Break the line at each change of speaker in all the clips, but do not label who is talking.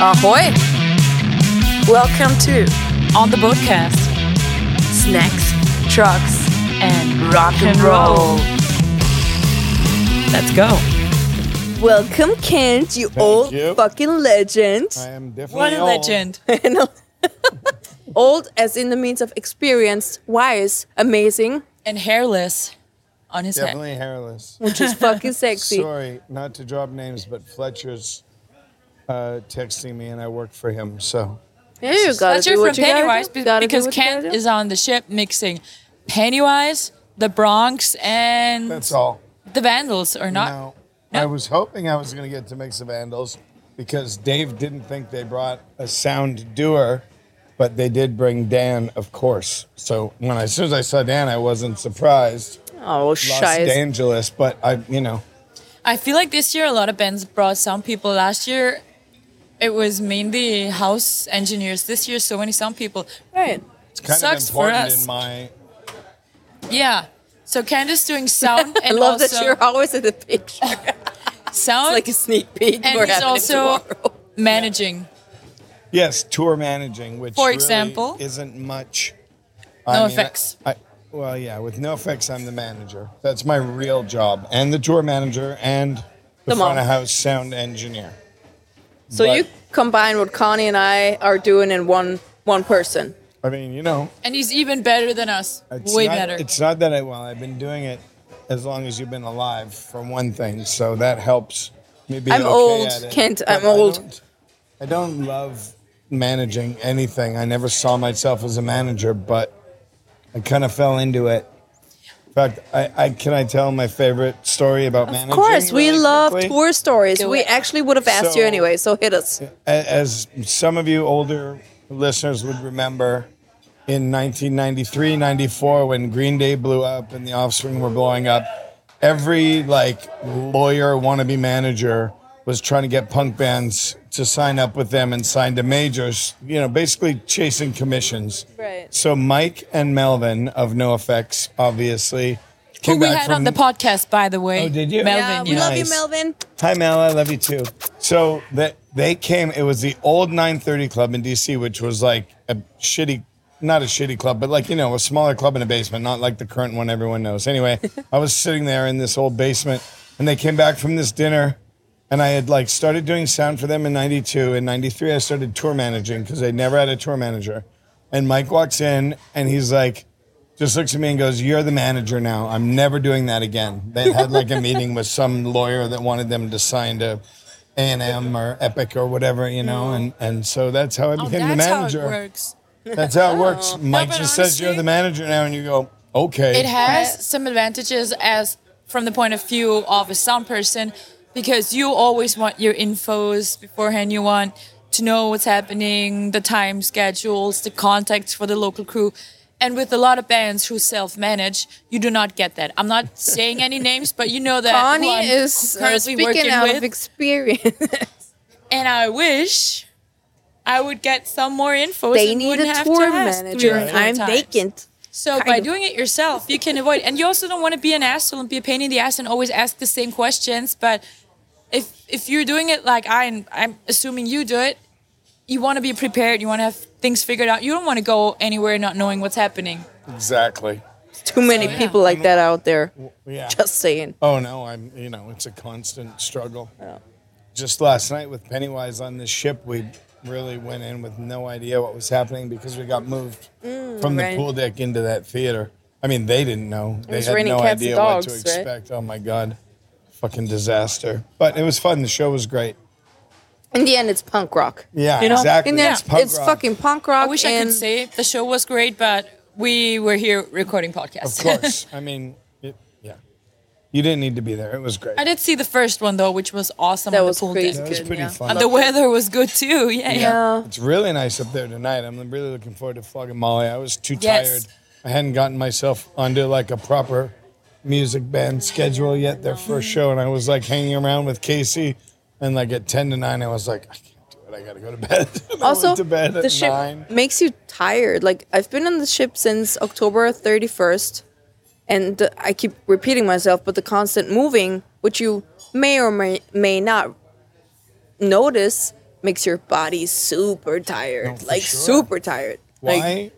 Ahoy!
Welcome to
On the Boatcast
Snacks, Trucks,
and
Rock and Roll.
Let's go.
Welcome, Kent, you old
you.
fucking legend. uh,
I am definitely
What a
old.
legend.
Old as in the means of experienced, wise, amazing,
And hairless on his head.
Definitely hairless.
which is fucking sexy.
Sorry, not to drop names, but Fletcher's uh, texting me, and I work for him. So
Yeah, you gotta
Fletcher
do
from
what you
Pennywise
gotta do.
be-
Gotta do
because
what you
Kent
gotta do.
is on the ship mixing Pennywise, the Bronx, and
that's all.
the Vandals, or not.
Now,
No.
I was hoping I was going to get to mix the Vandals because Dave didn't think they brought a sound doer, but they did bring Dan, of course. So when I, as soon as I saw Dan, I wasn't surprised.
Oh,
Los
shit.
Angeles, but I, you know,
I feel like this year a lot of bands brought sound people. Last year, it was mainly house engineers. This year, so many sound people.
Right.
it's kind
Sucks
of
for
important
us.
in my
Yeah. So Candace doing sound
I
and
love
also
that you're always in the picture.
sound
like a sneak peek.
and
we're
he's
having
also
tomorrow.
managing.
Yes, tour managing, which
For
really
example?
isn't much.
No effects.
I, well, yeah, with no effects, I'm the manager. That's my real job, and the tour manager, and the
Come
front
on.
of house sound engineer.
So
But,
you combine what Connie and I are doing in one one person.
I mean, you know,
And he's even better than us.
it's
Way
not,
better.
It's not that Uh, I well. I've been doing it as long as you've been alive, for one thing. So that helps me be
I'm
okay
old,
at it.
Kent,
But
I'm
I
old.
don't- I don't love managing anything. I never saw myself as a manager, but I kind of fell into it. In fact, I, I can I tell my favorite story about managing.
Of course, we
really
love
quickly?
tour stories.
Do
we
it.
actually would have asked you
So-
anyway, so hit us.
A- As some of you older listeners would remember, in 1993, 94, when Green Day blew up and the Offspring were blowing up, every like lawyer wannabe manager was trying to get punk bands to sign up with them and sign to majors. You know, basically chasing commissions.
Right.
So Mike and Melvin of No Effects, obviously,
Who
came
we
back
had
from
on the podcast, by the way.
Oh, did you?
Yeah,
Melvin,
we
yeah.
love you,
Nice.
Melvin.
Hi, Mel. I love you too. So that they came. It was the old 930 Club in DC, which was like a shitty, not a shitty club, but like you know, a smaller club in a basement, not like the current one everyone knows. Anyway, I was sitting there in this old basement, and they came back from this dinner, and I had like started doing sound for them in '92. In '93, I started tour managing because they never had a tour manager. And Mike walks in, and he's like just looks at me and goes, "You're the manager now. I'm never doing that again." They had like a meeting with some lawyer that wanted them to sign to A and M or Epic or whatever, you know, and and so that's how I
Mm. Oh,
became the
that's how it
manager.
works.
That's how it works. Mike
but
just says
honestly-
you're the manager now, and you go, "Okay."
It has some advantages as from the point of view of a sound person because you always want your infos beforehand. You want to know what's happening, the time schedules, the contacts for the local crew. And with a lot of bands who self-manage, you do not get that. I'm not saying any names, but you know that who I'm
Connie is uh,
currently
speaking
working
out
with.
of experience.
and I wish I would get some more info.
they need a tour manager, and I'm vacant.
So
Kind
by
of.
doing it yourself, you can avoid, and you also don't want to be an asshole and be a pain in the ass and always ask the same questions. But if if you're doing it like I am, I'm assuming you do it, you want to be prepared. You want to have things figured out. You don't want to go anywhere not knowing what's happening.
exactly.
Too many people like that out there.
Yeah.
Just saying.
Oh no, I'm you know, it's a constant struggle. Just last night with Pennywise on the ship, we really went in with no idea what was happening because we got moved from
Mm, right.
the pool deck into that theater. I mean, they didn't know. They
was
had
raining
no
cats and
idea
dogs,
what to
right?
expect. Oh my god. Fucking disaster. But it was fun. The show was great.
In the end, it's punk rock.
Yeah,
You know?
exactly.
In the end,
It's punk rock.
fucking punk rock.
I wish I
and
could say the show was great, but we were here recording podcasts.
Of course. I mean, it, yeah. You didn't need to be there. It was great.
I did see the first one though, which was awesome.
That
on
was
the pool
crazy.
deck.
That was
good,
pretty
yeah.
fun.
And the weather was good too. Yeah, yeah.
Yeah.
It's really nice up there tonight. I'm really looking forward to flogging Molly. I was too
Yes.
tired. I hadn't gotten myself onto like a proper music band schedule yet. Their first show, and I was like hanging around with Casey, and like at ten to nine, I was like, I can't do it. I gotta go to bed. And I
Also,
went to bed at
the ship
nine.
makes you tired. Like I've been on the ship since October 31st, and uh, I keep repeating myself, but the constant moving, which you may or may, may not notice, makes your body super tired,
for
like
sure.
super tired.
Why?
Like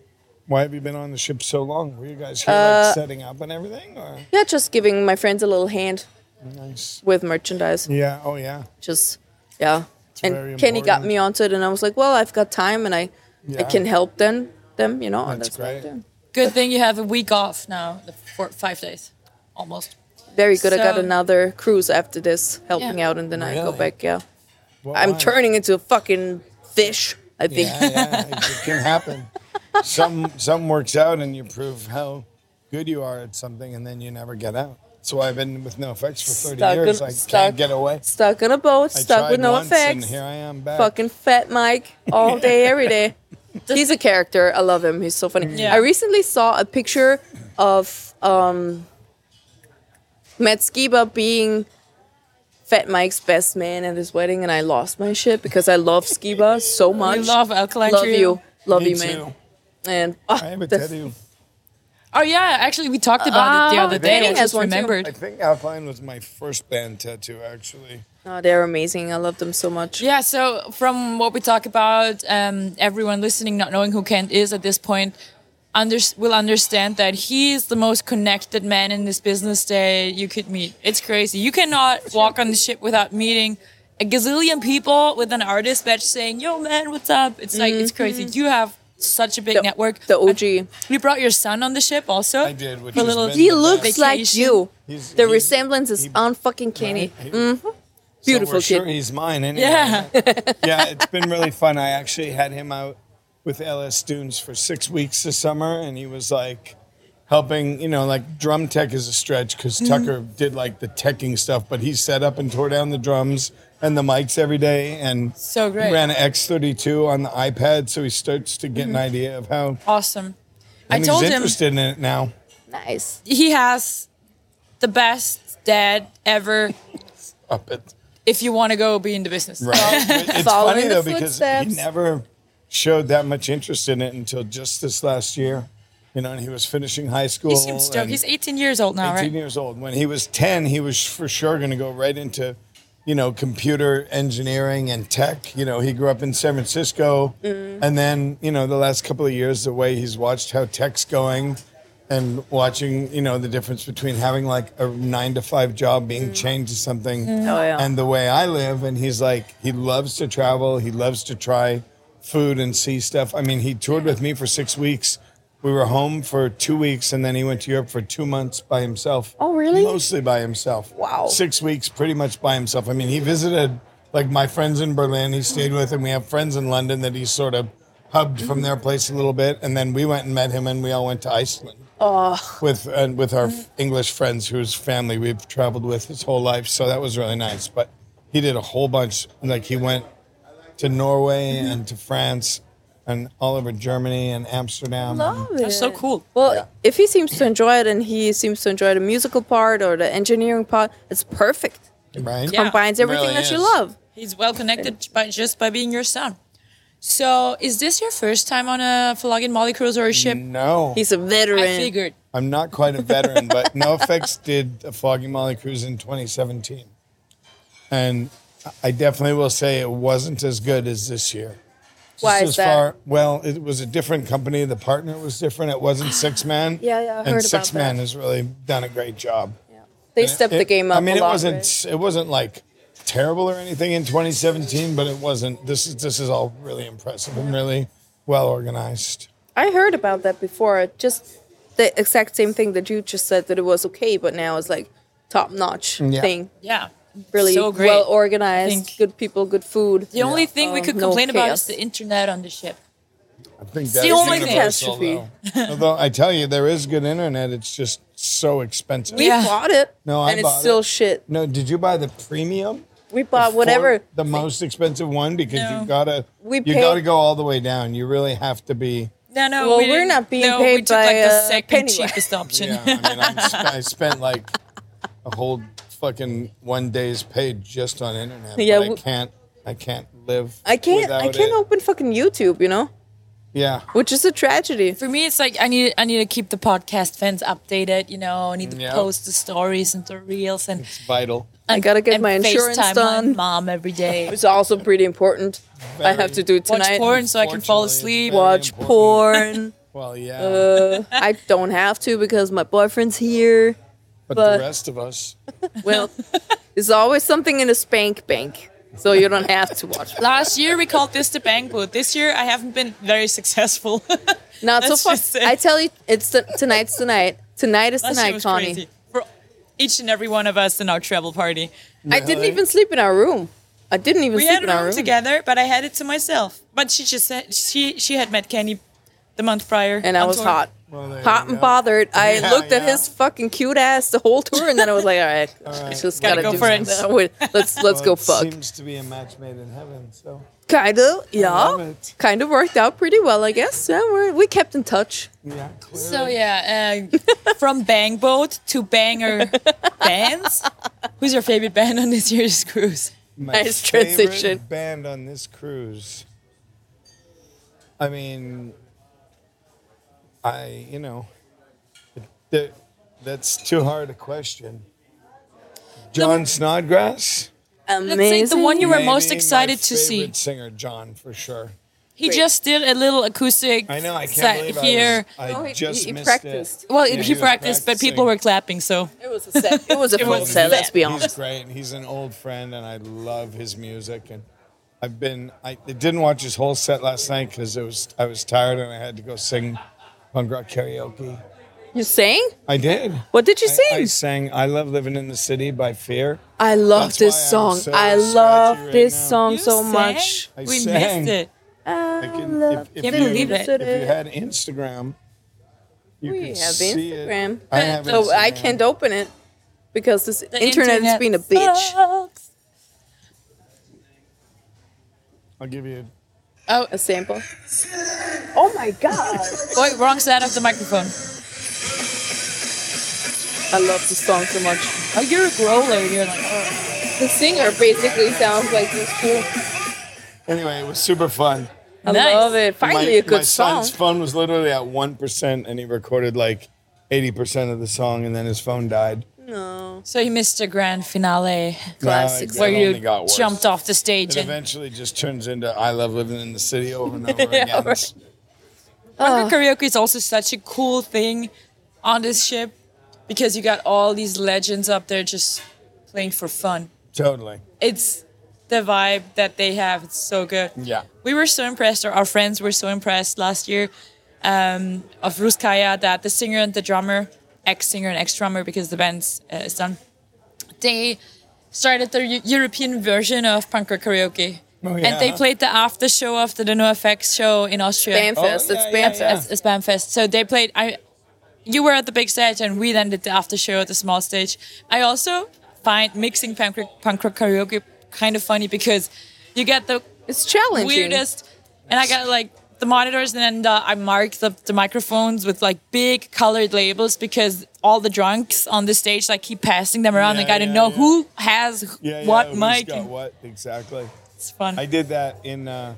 why have you been on the ship so long? Were you guys here
Uh,
like setting up and everything? Or?
yeah, just giving my friends a little hand
Nice.
with merchandise.
Yeah. Oh yeah.
Just yeah.
very
and Kenny got
important.
me onto it, and I was like, well, I've got time, and I I
Yeah.
can help them. Them, you know, and
That's
that's what I'm
great.
doing.
Good thing you have a week off now, the four, five days, almost.
Very good. I got
So-
another cruise after this, helping
Yeah.
out, and then I go
Really?
back. Yeah,
Well,
I'm
why?
turning into a fucking fish. I think.
Yeah, yeah. It can happen. Some something works out, and you prove how good you are at something, and then you never get out. So I've been with no effects for 30
Stuck
years.
in-
I
stuck.
can't get away.
Stuck on a boat,
I
stuck with
tried
no
once, and
effects.
here I am back.
Fucking fat Mike all day, every day. He's a character. I love him. He's so funny.
Mm. Yeah.
I recently saw a picture of um, Matt Skiba being Fat Mike's best man at his wedding, and I lost my shit because I love Skiba so much.
I love alkaline
love
Trio.
you, love
Me
you, man.
too.
And oh,
I have a
the-
tattoo.
Oh yeah, actually we talked about it the
Ah,
other day. I
Danny has
just
one too.
remembered.
I think Alpine was my first band tattoo, actually.
oh, they're amazing. I love them so much.
Yeah, so from what we talk about, um, everyone listening, not knowing who Kent is at this point, under- will understand that he is the most connected man in this business day you could meet. It's crazy. You cannot walk on the ship without meeting a gazillion people with an artist badge saying, "Yo, man, what's up?" It's like it's crazy. You have such a big
Mm-hmm. The-
network.
the OG.
You brought your son on the ship, also.
I did, which
For
has
little-
been
He
the
looks
best.
like
Vacation.
you.
He's-
the
he-
resemblance is
he-
unfucking
Right?
unfucking mm, Beautiful
so
kid.
we're Sure he's mine. Anyway.
yeah.
yeah, it's been really fun. I actually had him out with LS Dunes for six weeks this summer, and he was like helping, you know, like drum tech is a stretch because
Mm-hmm.
Tucker did like the teching stuff, but he set up and tore down the drums and the mics every day. And
So great.
He ran an X32 on the iPad, so he starts to get an idea of how.
awesome. Mm-hmm. I
And
told
he's
him
interested in it now.
Nice.
he has the best dad ever.
Up it.
if you want to go be in the business.
it's
Following
funny
the
though because he
footsteps.
never showed that much interest in it until just this last year. You know, and he was finishing high school.
He seems stoked.
and
He's 18 years old now,
18
right?
years old. When he was 10, he was for sure going to go right into, you know, computer engineering and tech. You know, he grew up in San Francisco. And then, you know, the last couple of years, the way he's watched how tech's going and watching, you know, the difference between having like a nine to five job being chained to something
Oh, yeah.
and the way I live. And he's like, he loves to travel, he loves to try food and see stuff. I mean, he toured with me for six weeks. We were home for two weeks, and then he went to Europe for two months by himself.
Oh, really?
Mostly by himself.
Wow.
Six weeks, pretty much by himself. I mean, he visited like my friends in Berlin. He stayed with, and we have friends in London that he sort of hubbed from their place a little bit, and then we went and met him, and we all went to Iceland. With and with
Mm-hmm.
our English friends whose family we've traveled with his whole life, so that was really nice. But he did a whole bunch. Like he went to Norway
Mm-hmm.
and to France and all over Germany and Amsterdam.
Love it.
That's so cool.
Well,
Yeah.
if he seems to enjoy it and he seems to enjoy the musical part or the engineering part, it's perfect.
Right?
Yeah.
Combines
It
everything
really
that you
is.
love.
He's well connected by just by being your son. So, is this your first time on a Falagin Molly cruise or a ship?
Mm.
No.
He's a veteran.
I figured.
I'm not quite a veteran, but NoFX did a Foggy Molly cruise in 2017. And I definitely will say it wasn't as good as this year.
Why
Just
is
as
that?
well, it was a different company. The partner was different. It wasn't Six Man.
Yeah, yeah, I heard
and
about
Six
that.
Man has really done a great job.
Yeah. They stepped the
It-
game up.
I mean,
a
it
lot,
wasn't
right?
it wasn't like terrible or anything in 2017, but it wasn't. This is this is all really impressive and really well organized.
I heard about that before. Just the exact same thing that you just said that it was okay, but now it's like top notch
Yeah.
thing.
Yeah.
Really
so great.
well
Think-
organized, good people, good food.
the only thing we
Um,
could
no
complain about is
chaos.
the internet on the ship.
I think
the
that's
only
universal,
catastrophe.
though. Although I tell you, there is good internet. It's just so expensive.
We
Yeah.
bought it,
No, I
and
bought
it's still
it.
shit.
No, did you buy the premium?
We bought
For
Uh, whatever.
The most expensive one because
No.
you gotta
We
you
paid-
gotta go all the way down. You really have to be.
No, no.
Well,
we
we're
didn't-
not being
no, we
paid
took like
by,
the
uh,
second
Pennywise.
cheapest option.
Yeah, I mean, I'm, sp- I spent like a whole fucking one day's pay just on internet.
Yeah,
Yeah, but I
we-
can't. I can't live.
I can't. I
without
can't
it.
open fucking YouTube. You know.
Yeah.
which is a tragedy.
For me, it's like I need I need to keep the podcast fans updated. You know, I need to
Yeah.
post the stories and the reels and
It's vital.
I gotta get my insurance
FaceTime
done.
My mom every day.
It's also pretty important. I have to do it
Watch
tonight.
porn so I can fall
Unfortunately,
asleep.
it's very
Watch porn.
important. Well, yeah.
Uh, I don't have to because my boyfriend's here.
but,
but-
the rest of us.
Well, there's always something in a spank bank, so you don't have to watch.
Last year we called this the bang boot. This year I haven't been very successful.
Not so
Let's
far.
just say-
I tell you, it's t- tonight's tonight. Tonight is
Last year
tonight,
was
Connie.
crazy for each and every one of us in our travel party.
I didn't even sleep in our room. I didn't even
We
sleep
had
in
a
our
room
room.
together, but I had it to myself. But she just said she she had met Kenny the month prior,
And I
on
was
tour.
hot.
Well, there
hot
you
and
go.
bothered. I
Yeah,
looked at
yeah.
his fucking cute ass the whole tour, and then I was like, all right,
right.
just
Gotta
gotta,
go
do
for it.
something. Wait, Let's let's
Well,
go
it
fuck.
Seems to be a match made in heaven. So
Kind of,
love
yeah.
it.
Kind of worked out pretty well, I guess. Yeah, we're, we kept in touch.
yeah. clearly.
So yeah, uh, from bang boat to banger bands. Who's your favorite band on this year's cruise?
My
Nice
favorite
transition.
Band on this cruise. I mean, I you know, th- that's too hard a question. John Snodgrass.
Amazing.
Let's say the one you were
Maybe
most
my
excited to see.
favorite Singer John for sure.
He
Great.
just did a little acoustic
I know. I can't
set
believe
here.
I, was, I
Oh, he-
just
he
missed
practiced.
it.
Well,
Yeah,
he
was
practiced, but people
practicing.
were clapping. So
It was a set. It was a
was
full
a
set.
set.
Let's be
He's
honest.
great, and he's an old friend, and I love his music. And I've been I didn't watch his whole set last night because it was I was tired and I had to go sing punk rock karaoke.
You sang?
I did.
What did you
I, I
sing?
sang "I Love Living in the City" by Fear.
I, love
That's why
this
I'm
song.
so
I
scratchy
love
right
this
now.
song
You
so
sang?
much.
I
we
sang.
missed it.
I
love
if, if
Can't
you,
believe it.
If you had Instagram, you
We
could
have
see it.
Instagram.
I have
So I
Instagram.
can't open it because this
The
internet, is being a bitch.
sucks.
I'll give you.
Oh,
A sample. Oh my god!
wait, wrong side of the microphone.
I love this song so much.
Oh, you're a growler. You're like, oh.
The singer basically sounds like this too.
Anyway, it was super fun.
I
Nice.
love it. Finally,
my,
a good
my
song.
son's phone was literally at one percent, and he recorded like eighty percent of the song, and then his phone died.
No.
so you missed the grand finale
Classic.
Now it-
where
it
you
only got worse.
jumped off the
It
stage. And
eventually just turns into "I love living in the city" over and over again. It's-
Hunger karaoke is also such a cool thing on this ship because you got all these legends up there just playing for fun.
Totally.
It's the vibe that they have. It's so good.
Yeah.
we were so impressed, or our friends were so impressed last year um, of Ruskaya that the singer and the drummer, ex singer and ex drummer, because the band's uh, is done, they started their Eu- European version of punk rock karaoke.
Oh,
And they
yeah.
played the after show after the NoFX show in Austria.
Bamfest.
Oh,
it's
yeah, yeah,
Bamfest.
yeah.
It's, it's Bamfest. So they played. I, you were at the big stage, and we then did the after show at the small stage. I also find mixing punk rock, punk rock karaoke kind of funny because you get the
It's challenging.
weirdest. And I got like the monitors, and then the, I marked the, the microphones with like big colored labels because all the drunks on the stage like keep passing them around.
Yeah,
like I didn't
yeah,
know
yeah.
who has
Yeah. yeah
what
who's
mic.
got
and
what exactly?
It's fun.
I did that in uh,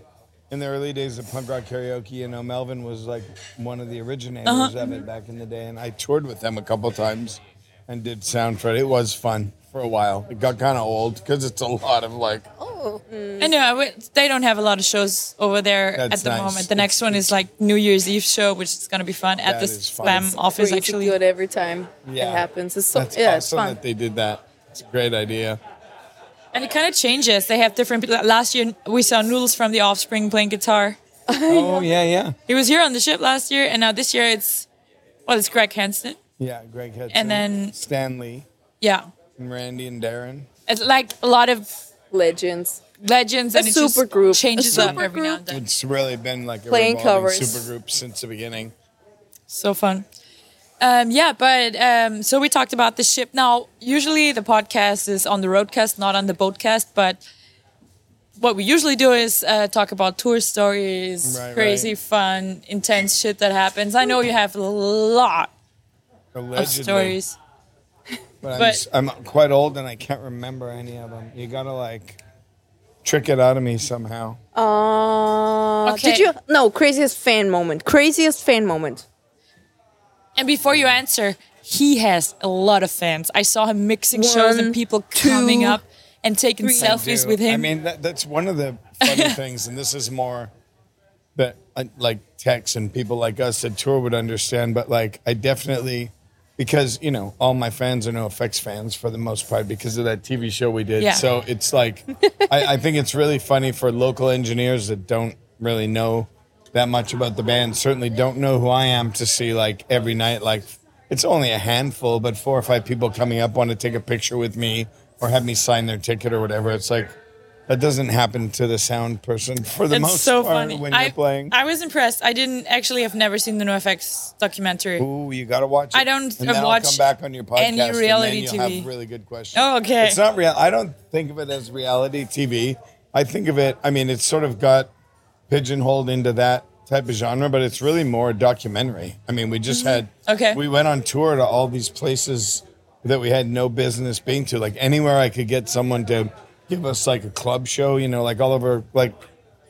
in the early days of punk rock karaoke. You know, Melvin was like one of the originators
Uh-huh.
of
Mm-hmm.
it back in the day, and I toured with them a couple times and did sound for it. It was fun for a while. It got kind of old because it's a lot of like
Oh, mm,
I know I went- they don't have a lot of shows over there
That's
at the
nice.
moment. The next
It's-
one is like New Year's Eve show, which is going to be fun at
That
the
is fun.
Slam
It's
office.
Crazy
Actually,
good every time
Yeah.
it happens. It's so
that's
yeah, it's
awesome
fun.
that they did that. It's a great idea.
and it kind of changes. They have different. people. Last year we saw Noodles from The Offspring playing guitar.
Oh yeah, yeah,
He was here on the ship last year, and now this year it's well, it's Greg Hansen.
yeah. Greg Hudson,
then-
Stanley
Yeah,
and Randy and Darren.
it's like a lot of
Legends.
legends and it just
super group. A
changes up
super
every now and then.
It's really been like a
Playing
revolving
covers.
supergroup since the beginning.
So fun. Um, yeah, but um, so we talked about the ship. Now, usually the podcast is on the roadcast, not on the boatcast. But what we usually do is uh, talk about tour stories,
Right,
crazy,
right.
fun, intense shit that happens. I know you have a lot
Allegedly.
of stories.
But, I'm,
But-
s- I'm quite old and I can't remember any of them. You gotta like trick it out of me somehow.
Uh, Did
Okay.
you? No, craziest fan moment. Craziest fan moment.
And before you answer, he has a lot of fans. I saw him mixing shows
One,
and people
two,
coming up and taking selfies
do.
with him.
I mean, that, that's one of the funny things, and this is more that uh, like techs and people like us that tour would understand. But like, I definitely because you know all my fans are NoFX fans for the most part because of that TV show we did.
Yeah.
So it's like I, I think it's really funny for local engineers that don't really know that much about the band. Certainly don't know who I am to see like every night like. It's only a handful, but four or five people coming up want to take a picture with me or have me sign their ticket or whatever. It's like that doesn't happen to the sound person for the
it's
most
so
part
funny.
when
I,
you're playing.
I was impressed. I didn't actually have never seen the NoFX documentary.
Ooh, you gotta watch. It.
I don't
And then I'll
watch
come back on your podcast.
any reality
and then you'll
TV.
Have really good questions.
Oh, okay.
It's not real. I don't think of it as reality TV. I think of it. I mean, it's sort of got pigeonholed into that type of genre, but it's really more a documentary. I mean, we just had.
Mm-hmm.
Okay.
We went on tour to all these places that we had no business being to. Like anywhere I could get someone to give us like a club show. You know, like all over like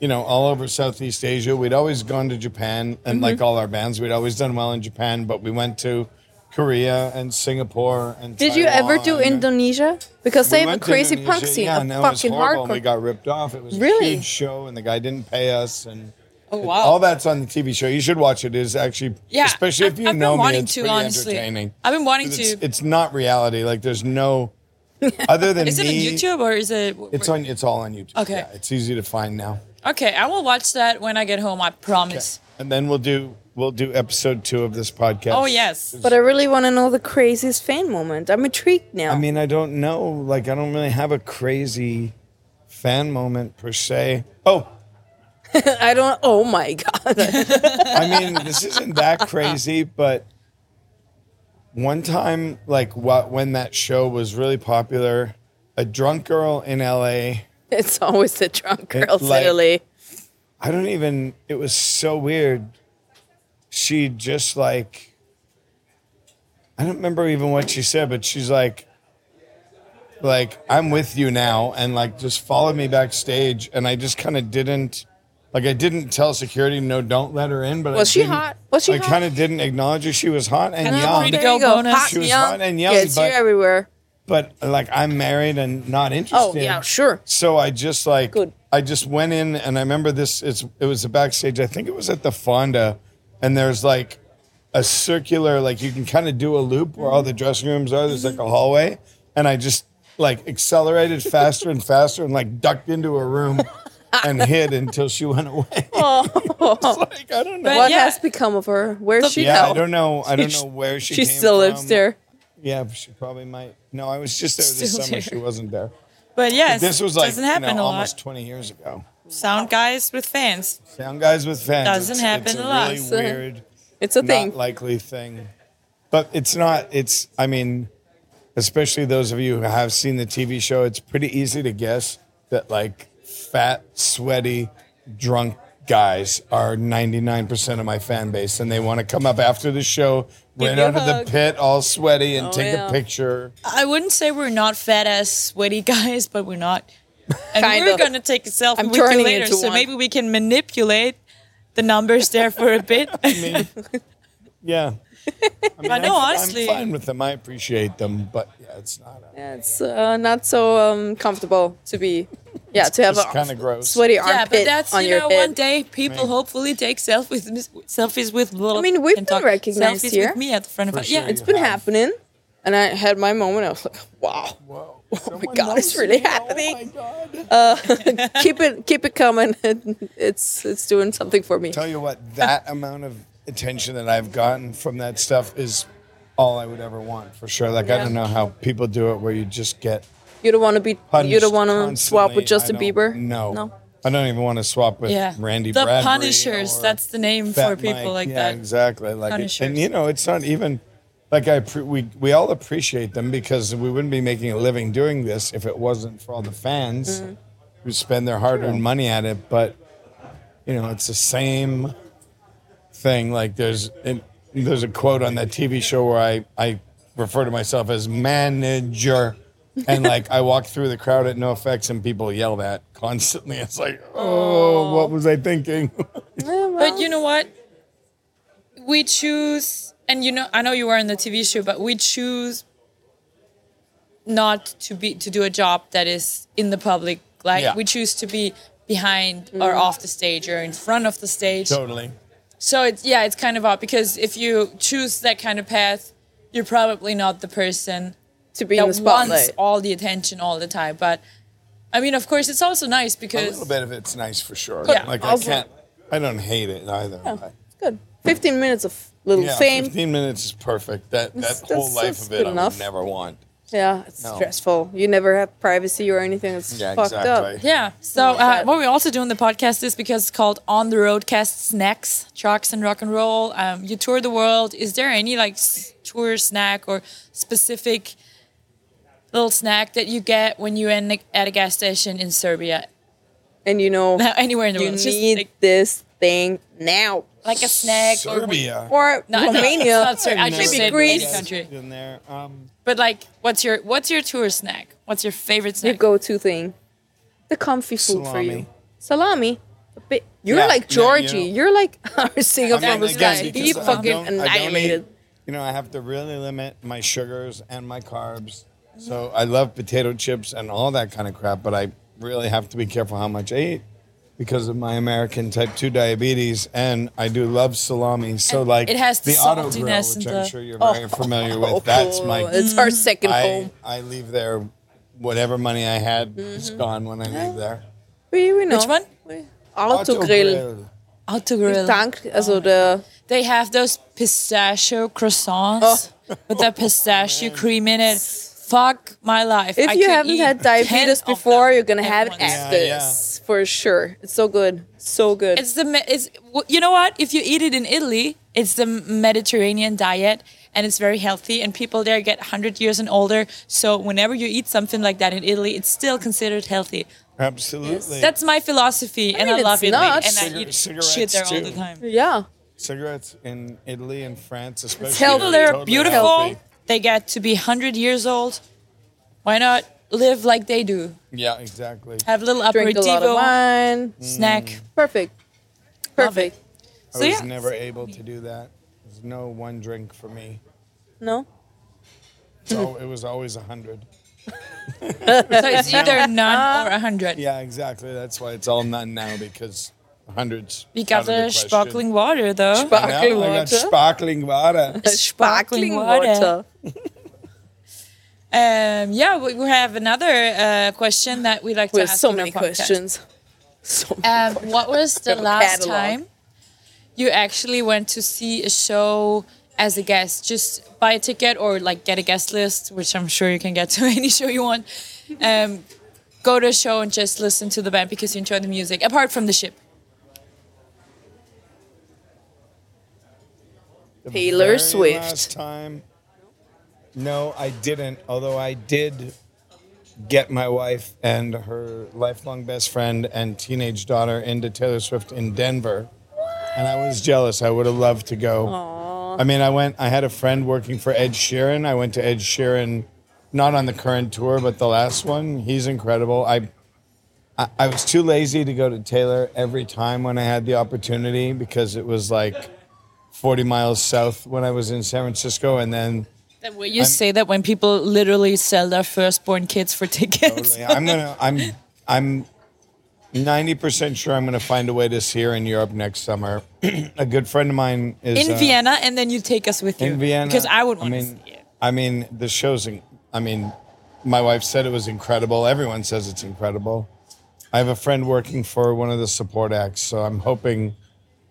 you know, all over Southeast Asia. We'd always gone to Japan, and
Mm-hmm.
like all our bands, we'd always done well in Japan. But we went to Korea and Singapore and.
Did you ever do
Taiwan, and-
Indonesia? Because
We
they have a
went to
crazy punk
Indonesia,
scene,
Yeah,
a
and that was
fucking
horrible. And we
hardcore.
got ripped off. It was
Really?
a huge show, and the guy didn't pay us. And
Oh,
it-
wow.
all that's on the TV show. You should watch it. It's actually,
Yeah,
especially
I've-
if you
I've been
know me,
wanting
it's
to,
pretty
honestly.
entertaining.
I've been wanting
It's-
to.
It's not reality. Like there's no other than
Is it on
me.
YouTube or is it?
It's on. It's all on YouTube.
Okay.
Yeah, it's easy to find now.
Okay, I will watch that when I get home. I promise.
and then we'll do we'll do episode two of this podcast.
Oh yes.
But I really want to know the craziest fan moment. I'm intrigued now.
I mean, I don't know. Like, I don't really have a crazy fan moment per se. Oh,
I don't. Oh my god!
I mean, this isn't that crazy, but one time, like, what when that show was really popular, a drunk girl in L.A.
it's always the drunk
It,
girls
like-
in Italy.
I don't even. It was so weird. She just like. I don't remember even what she said, but she's like, like I'm with you now, and like just followed me backstage, and I just kind of didn't, like I didn't tell security, no, don't let her in. But
Was
I
she
didn't-
hot? Was she
I
hot?
kind of didn't acknowledge her. She was hot and
Kinda
young,
pretty
there
girl
you go.
bonus.
Hot,
She was
young,
hot and young,
Gets you
but-
everywhere.
but like I'm married and not interested.
Oh, yeah, sure.
So I just like
Good.
I just went in and I remember this it's it was a backstage, I think it was at the Fonda, and there's like a circular, like you can kind of do a loop where all the
Mm-hmm.
dressing rooms are. There's like a hallway. And I just like accelerated faster and faster and like ducked into a room and hid until she went away. it's like I don't know.
But
Oh, What
yeah.
has become of her? Where's she
yeah,
now?
I don't know. I don't
She-
know where she
she
came
still lives
from.
there.
Yeah, she probably might. No, I was just there this
Still
summer.
there.
She wasn't there.
But yes,
This was like
doesn't
you
happen
know,
a
almost
lot.
20 years ago.
Sound guys with fans.
Sound guys with fans.
Doesn't
it's,
happen
it's
a
a
lot.
Really
So-
weird,
It's a
not
thing.
likely thing. But it's not. It's. I mean, especially those of you who have seen the TV show, it's pretty easy to guess that like fat, sweaty, drunk guys are 99% of my fan base, and they want to come up after the show,
Give
right
you a
out of
hug.
the pit, all sweaty, and
Oh,
take
yeah.
a picture.
I wouldn't say we're not fat ass sweaty guys, but we're not. And we're
Kinda.
gonna take a selfie
I'm
with you
turning
later,
into
so
one.
maybe we can manipulate the numbers there for a bit.
I mean, yeah. I mean,
But no,
I'm-
honestly-
I'm fine with them. I appreciate them, but yeah, it's not. A,
Yeah, it's uh, not so um, comfortable to be. Yeah, to have
it's
a
kind of gross.
sweaty
yeah,
armpit
but that's
on
you
your
know
head.
one day people
Right.
hopefully take selfies selfies with. I
mean, we've been recognized
selfies
here.
with me at the front of
For
us.
sure,
Yeah,
It's been
Yeah.
happening, and I had my moment. I was like, "Wow,
Whoa!
Oh my God, it's really
Oh
happening." keep it, keep it coming. it's it's doing something for me.
Tell you what, that amount of attention that I've gotten from that stuff is all I would ever want for sure. Like I
Yeah.
don't know how people do it, where you just get
You don't want to be.
punished.
you don't want to swap with
constantly.
Justin
I don't-
Bieber.
No,
no.
I don't even want to swap with
yeah.
Randy.
the
Bradbury
Punishers.
or
That's the name for
Fat
people
Mike.
like
yeah,
that.
Exactly. Like, it-
Punishers.
and you know, it's not even like I appre- we we all appreciate them because we wouldn't be making a living doing this if it wasn't for all the fans
Mm-hmm.
who spend their hard-earned money at it. But you know, it's the same thing. Like there's and there's a quote on that TV show where I I refer to myself as manager. and like I walk through the crowd at NoFX and people yell that constantly. It's like, oh, what was I thinking?
But you know what? We choose, and you know, I know you were on the TV show, but we choose not to be to do a job that is in the public. Like
Yeah.
we choose to be behind or
Mm.
off the stage or in front of the stage.
totally.
So it's yeah, it's kind of odd because if you choose that kind of path, you're probably not the person
to be in the
that wants
spotlight.
all the attention all the time. But I mean, of course, it's also nice
A
because
little bit of it's nice for sure.
Yeah.
Like
Also-
I can't. I don't hate it either. but-
It's good. 15 minutes of little
Yeah,
fame.
fifteen minutes is perfect. That that
That's-
whole
that's-
life
that's
of it,
good
I
enough.
would never want.
Yeah, it's
No.
stressful. You never have privacy or anything. It's
Yeah,
fucked
exactly.
up.
Yeah. So
like
uh,
that.
what we also do in the podcast is because it's called On the Road Cast Snacks, Trucks and Rock and Roll. Um, you tour the world. Is there any like s- tour snack or specific little snack that you get when you end at a gas station in Serbia?
And you know,
Anywhere in the
you
world. It's just
need
like,
this thing now.
like a snack
Serbia.
Or
or no,
Romania.
Not Serbia. I
Never
just
maybe
said
Greece.
any country.
In there, um,
But like what's your what's your tour snack? What's your favorite
Your
snack?
go to thing. The comfy food for you.
Salami.
Salami. A bit. You're
Yeah,
like
yeah, you know.
Georgie. You're like our singer
mean,
from the
again,
sky.
because
He
I
fucking
don't- I don't eat-
annihilated.
you know, I have to really limit my sugars and my carbs. So I love potato chips and all that kind of crap, but I really have to be careful how much I eat because of my American type two diabetes. And I do love salami, so
And
like
it has the
the auto grill,
saltiness
which
and
I'm
the- Oh,
sure you're very familiar with. That's my.
It's our second
I
home.
I leave there, whatever money I had is
Mm-hmm.
gone when I leave there.
We, we know.
Which one?
We- Autogrill.
Autogrill.
Tank, also the
They have those pistachio croissants
Oh.
with the pistachio cream in it. Fuck Oh my life.
If
I
you
could
haven't
eat
had
10
diabetes
of them
before, you're gonna
at
have it
once.
after
Yeah, yeah.
this for sure. It's so good, so good.
It's the me- it's w- you know what? If you eat it in Italy, it's the Mediterranean diet and it's very healthy and people there get 100 years and older. So whenever you eat something like that in Italy, it's still considered healthy.
Absolutely.
That's my philosophy and I
mean,
love
it's
Italy
not.
and I
Cigar-
eat
cigarettes
shit there all
too.
the time.
yeah,
cigarettes in Italy and France, especially.
People
are
they're
totally
beautiful.
healthy.
They get to be 100 years old. Why not live like they do?
Yeah, exactly.
Have a little
drink a lot of
aperitivo,
wine. Mm.
snack.
Perfect, perfect.
I
So,
was
yeah.
never able to do that. There's no one drink for me.
No,
So it was always a hundred.
So it's either none
Uh-huh.
or a hundred.
Yeah, exactly. That's why it's all none now because hundreds.
We got
out of
the
the question.
sparkling water though.
Spa-
I know, I got sparkling water.
Sparkling water. um, yeah, we we have another uh, question that we like
We
to
have
ask.
so
in our
many
podcast.
questions. So many
Um,
questions.
what was the
have a
last
catalog.
time you actually went to see a show as a guest? Just buy a ticket or like get a guest list, which I'm sure you can get to any show you want. Um, go to a show and just listen to the band because you enjoy the music, apart from the ship.
The
Taylor
very
Swift.
Last time. No, I didn't. Although I did get my wife and her lifelong best friend and teenage daughter into Taylor Swift in Denver. And I was jealous. I would have loved to go. I mean, I went, I had a friend working for Ed Sheeran. I went to Ed Sheeran, not on the current tour, but the last one. He's incredible. I, I, I was too lazy to go to Taylor every time when I had the opportunity because it was like 40 miles south when I was in San Francisco. And then
That way you say that when people literally sell their firstborn kids for tickets.
Totally. I'm gonna. I'm. I'm. Ninety percent sure I'm gonna find a way to see her in Europe next summer. a good friend of mine is
in
uh,
Vienna, and then you take us with you.
In Vienna,
Because I would want
mean,
to see it.
I mean, the show's. In, I mean, my wife said it was incredible. Everyone says it's incredible. I have a friend working for one of the support acts, so I'm hoping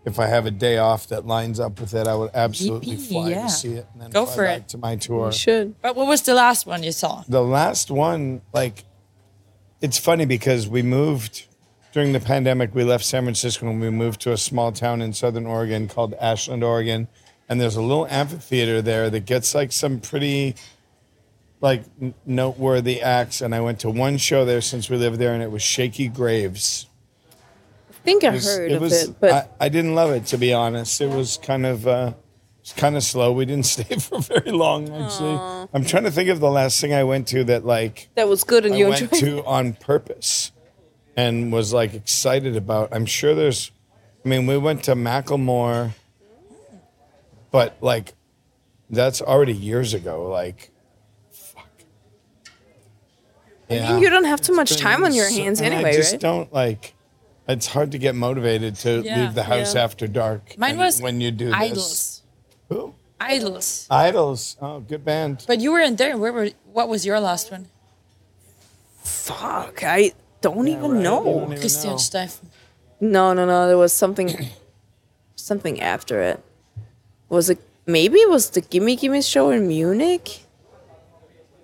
if I have a day off that lines up with it, I would absolutely
Yippee,
fly
yeah.
to see it and then
Go
fly
for
back
it.
to my tour.
should
But what was the last one you saw?
the last one, like, it's funny because we moved during the pandemic. We left San Francisco and we moved to a small town in Southern Oregon called Ashland, Oregon. And there's a little amphitheater there that gets like some pretty, like, n- noteworthy acts. And I went to one show there since we lived there, and it was Shaky Graves.
I think I
It was-
heard
it
of
was-
it, but
I, I didn't love it to be honest. It was kind of uh, It's kind of slow. We didn't stay for very long, actually. I'm trying to think of the last thing I went to that like
That was good, and
I
you
went
enjoyed.
to on purpose and was like excited about. I'm sure there's, I mean, we went to Macklemore, but like that's already years ago. Like, fuck. Yeah.
You don't have too much
It's
time
been
on your
so-
hands
and
anyway,
I just
right?
don't like. It's hard to get motivated to
Yeah.
leave the house
Yeah.
after dark.
Mine
and
was
when you do this.
Idols.
Who?
Idols.
Idols. Oh, good band.
But you weren't there. Where were? What was your last one?
Fuck, I don't even
right, you
know.
don't e- even-
Christian
know.
Steifen.
No, no, no. There was something, something after it. Was it maybe it was the Gimme Gimme show in Munich?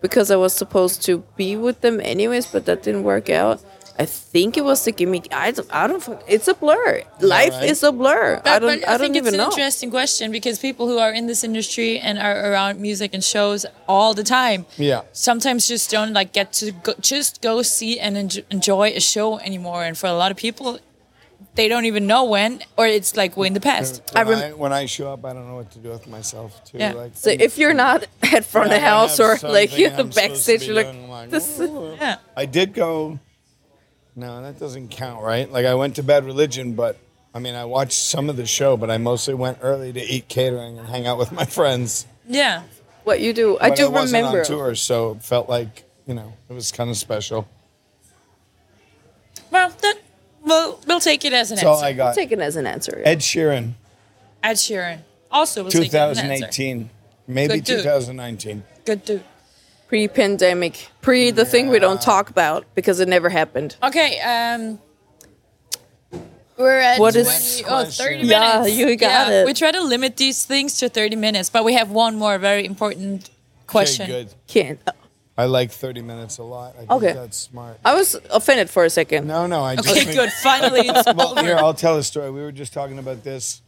Because I was supposed to be with them anyways, but that didn't work out. I think it was the Gimme. I don't. I don't. fuck- It's a blur. Life
right.
is a blur.
But,
I don't.
but
I,
think
don't even
it's an
know.
interesting question because people who are in this industry and are around music and shows all the time,
Yeah.
sometimes just don't like get to go, just go see and enj- enjoy a show anymore. And for a lot of people, they don't even know when, or it's like way in the past.
When I,
rem-
when I show up, I don't know what to do with myself too.
Yeah.
Like,
So if you're not at front
I
of house
have
or like
something
you're the
I'm supposed
backstage,
to
you're
be
like,
doing, I'm
this.
"Ooh."
Yeah.
I did go. No, that doesn't count, right? Like I went to Bad Religion, but I mean, I watched some of the show, but I mostly went early to eat catering and hang out with my friends.
Yeah.
What you do? I
But
do
I wasn't
remember.
on tour, so it felt like you know it was kind of special.
Well, that we'll, we'll take it as an
That's all
answer.
I got.
Take it as an answer.
Ed Sheeran,
Ed Sheeran. Also, we'll take it as an answer.
2018, maybe
Good dude.
2019.
Good dude.
Pre-pandemic, pre the thing we don't talk about because it never happened.
Okay. Um, we're at
What is-
20, oh, 30 minutes.
Yeah, you got it.
We try to limit these things to 30 minutes, but we have one more very important question.
Okay, good.
Can't.
I like 30 minutes a lot. I think
Okay.
that's smart.
I was offended for a second.
No, no, I just
Okay,
think-
good. Finally, it's
well, here, I'll tell a story. We were just talking about this.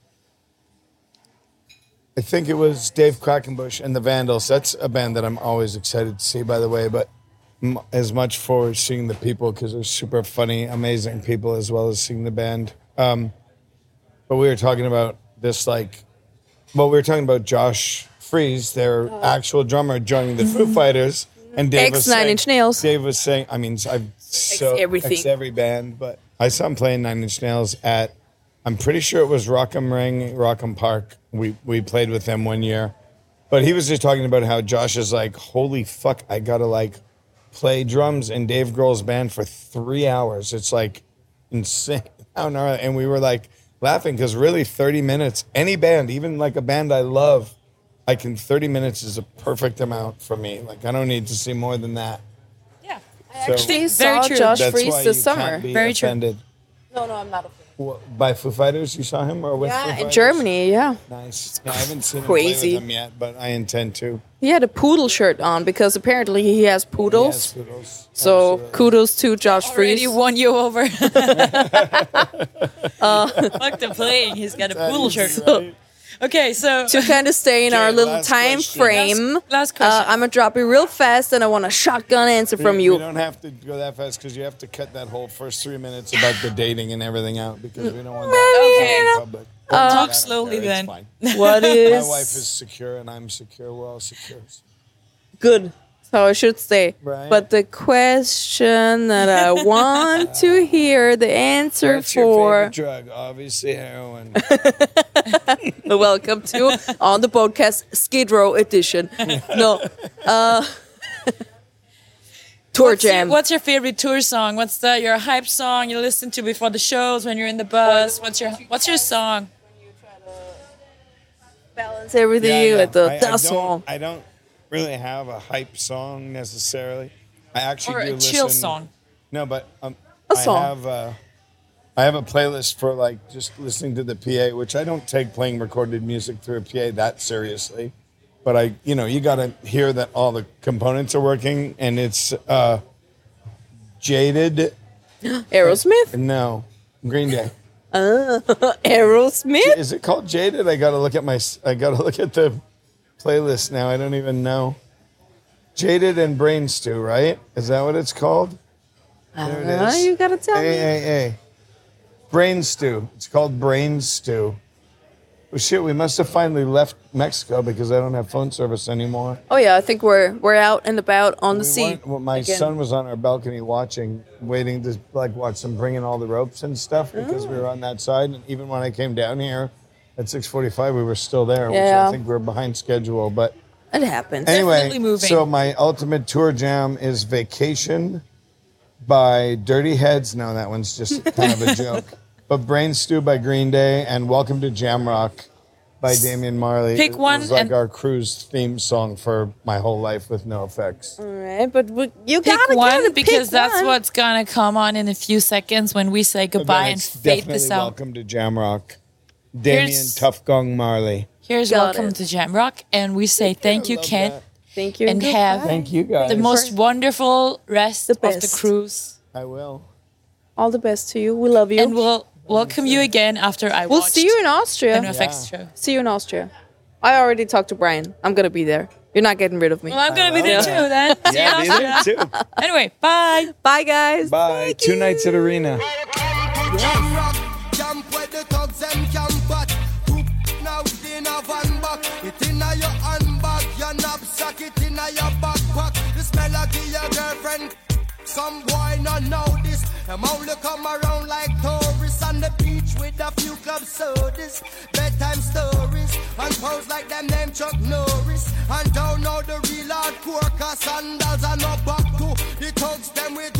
I think it was Dave Quackenbush and the Vandals. That's a band that I'm always excited to see, by the way, but m- as much for seeing the people because they're super funny, amazing people, as well as seeing the band. Um, but we were talking about this, like, well, we were talking about Josh Freeze, their actual drummer, joining the Foo Fighters. And Dave
Ex
was
Oh. Nine
saying-
Inch Nails.
Dave was saying, I mean, I've so
everything.
ex every band, but I saw him playing Nine Inch Nails at, I'm pretty sure it was Rock'em Ring, Rock'em Park. We we played with them one year, but he was just talking about how Josh is like, holy fuck, I gotta like play drums in Dave Grohl's band for three hours. It's like insane. I don't know. And we were like laughing because really 30 minutes, any band, even like a band I love, I can 30 minutes is a perfect amount for me. Like I don't need to see more than that.
yeah.
So
They
Very
saw
true.
Josh
that's
Freeze
why
this
you
summer.
can't be
Very true.
offended.
No, no, I'm not offended.
Wha- By Foo Fighters, you saw him or with Foo
Yeah, in
Fighters?
Germany, yeah.
Nice. No, I haven't seen
Crazy.
him play with them yet, but I intend to.
He had a poodle shirt on because apparently he has
Yes,
poodles.
Poodles.
so
Absolutely.
kudos to Josh
Already
Freeze. Uh,
won you over. Fuck the playing. He's got a
That
poodle
is
shirt.
right.
Okay, so
To kind of stay in our
Okay,
little
last
time
question.
frame,
Last- last
Uh,
question.
I'm gonna drop it real fast, and I want a shotgun answer from
We-
you.
We don't have to go that fast because you have to cut that whole first three minutes about the dating and everything out because we don't want that
Okay.
in public. We'll do
Talk
that up
slowly
there,
then.
it's fine.
What
My
is
wife is secure and I'm secure. We're all secure.
good? So I should say.
Right.
But the question that I want to hear the answer
What's
for.
your favorite drug? Obviously heroin.
Welcome to on the podcast Skid Row edition. No, uh, tour
what's,
jam.
Your, what's your favorite tour song? What's the, your hype song you listen to before the shows when you're in the bus? What's your What's your song?
balance everything
Yeah, yeah.
with the
I, I
that
don't-
song?
I don't really have a hype song necessarily. I actually
Or
do
a chill
listen-
song.
No, but um,
A
I
song.
have uh, I have a playlist for like just listening to the PA, which I don't take playing recorded music through a PA that seriously. But I, you know, you got to hear that all the components are working, and it's uh, jaded.
Aerosmith.
No, Green Day.
Aerosmith.
Is it called jaded? I got to look at my. s- I got to look at the playlist now. I don't even know. Jaded and brain stew, right? Is that what it's called? There it
Ah,
is.
you gotta tell
Hey,
me.
hey, hey. Brain stew. It's called brain stew. Well, shit, we must have finally left Mexico because I don't have phone service anymore.
Oh yeah, I think we're we're out and about on the
We
sea.
weren't- well, my
again.
son was on our balcony watching, waiting to like watch them bringing all the ropes and stuff because
Oh.
we were on that side. And even when I came down here at 6:45, we were still there, which I
Yeah.
think we were behind schedule. But
It happens.
anyway,
Definitely moving.
so my ultimate tour jam is Vacation by Dirty Heads. No, that one's just kind of a joke. But Brain Stew by Green Day and Welcome to Jamrock by Damian Marley.
Pick
It
one
was like
and-
our cruise theme song for my whole life with no effects.
All right, but we, you
Pick
gotta
one
kinda
because
pick
that's
one.
what's gonna come on in a few seconds when we say
But
goodbye and
it's
fade
definitely
this out.
Welcome to Jamrock. Damien
Here's-
Tough Gong Marley.
Here's
Got
welcome
it.
to Jamrock, and we say thank you,
love
Kent.
that.
Thank you
and have-
goodbye.
Thank you guys.
The most wonderful rest
The
of the
best.
cruise,
I will.
all the best to you. We love you.
and we'll welcome you again after I
we'll
watched
see you in Austria.
the NoFX show.
See you in Austria. I already talked to Brian. I'm gonna be there. You're not getting rid of me.
Well, I'm gonna be
love
there
that.
too then. See you in
Yeah, be
Austria.
there too.
Anyway, bye.
Bye, guys.
Bye.
Thank
Two
you.
nights at Arena.
Jam rock, jam where the thugs and can bat. Poop now in a van back. It in a your handbag, your knapsack, it in a your backpack. This melody your girlfriend. Some boy not know this. Them only come around like tourists on the beach with a few club sodas, bedtime stories, and pose like them name Chuck Norris. And don't know the real hardcore, cause sandals are no back to the thugs them with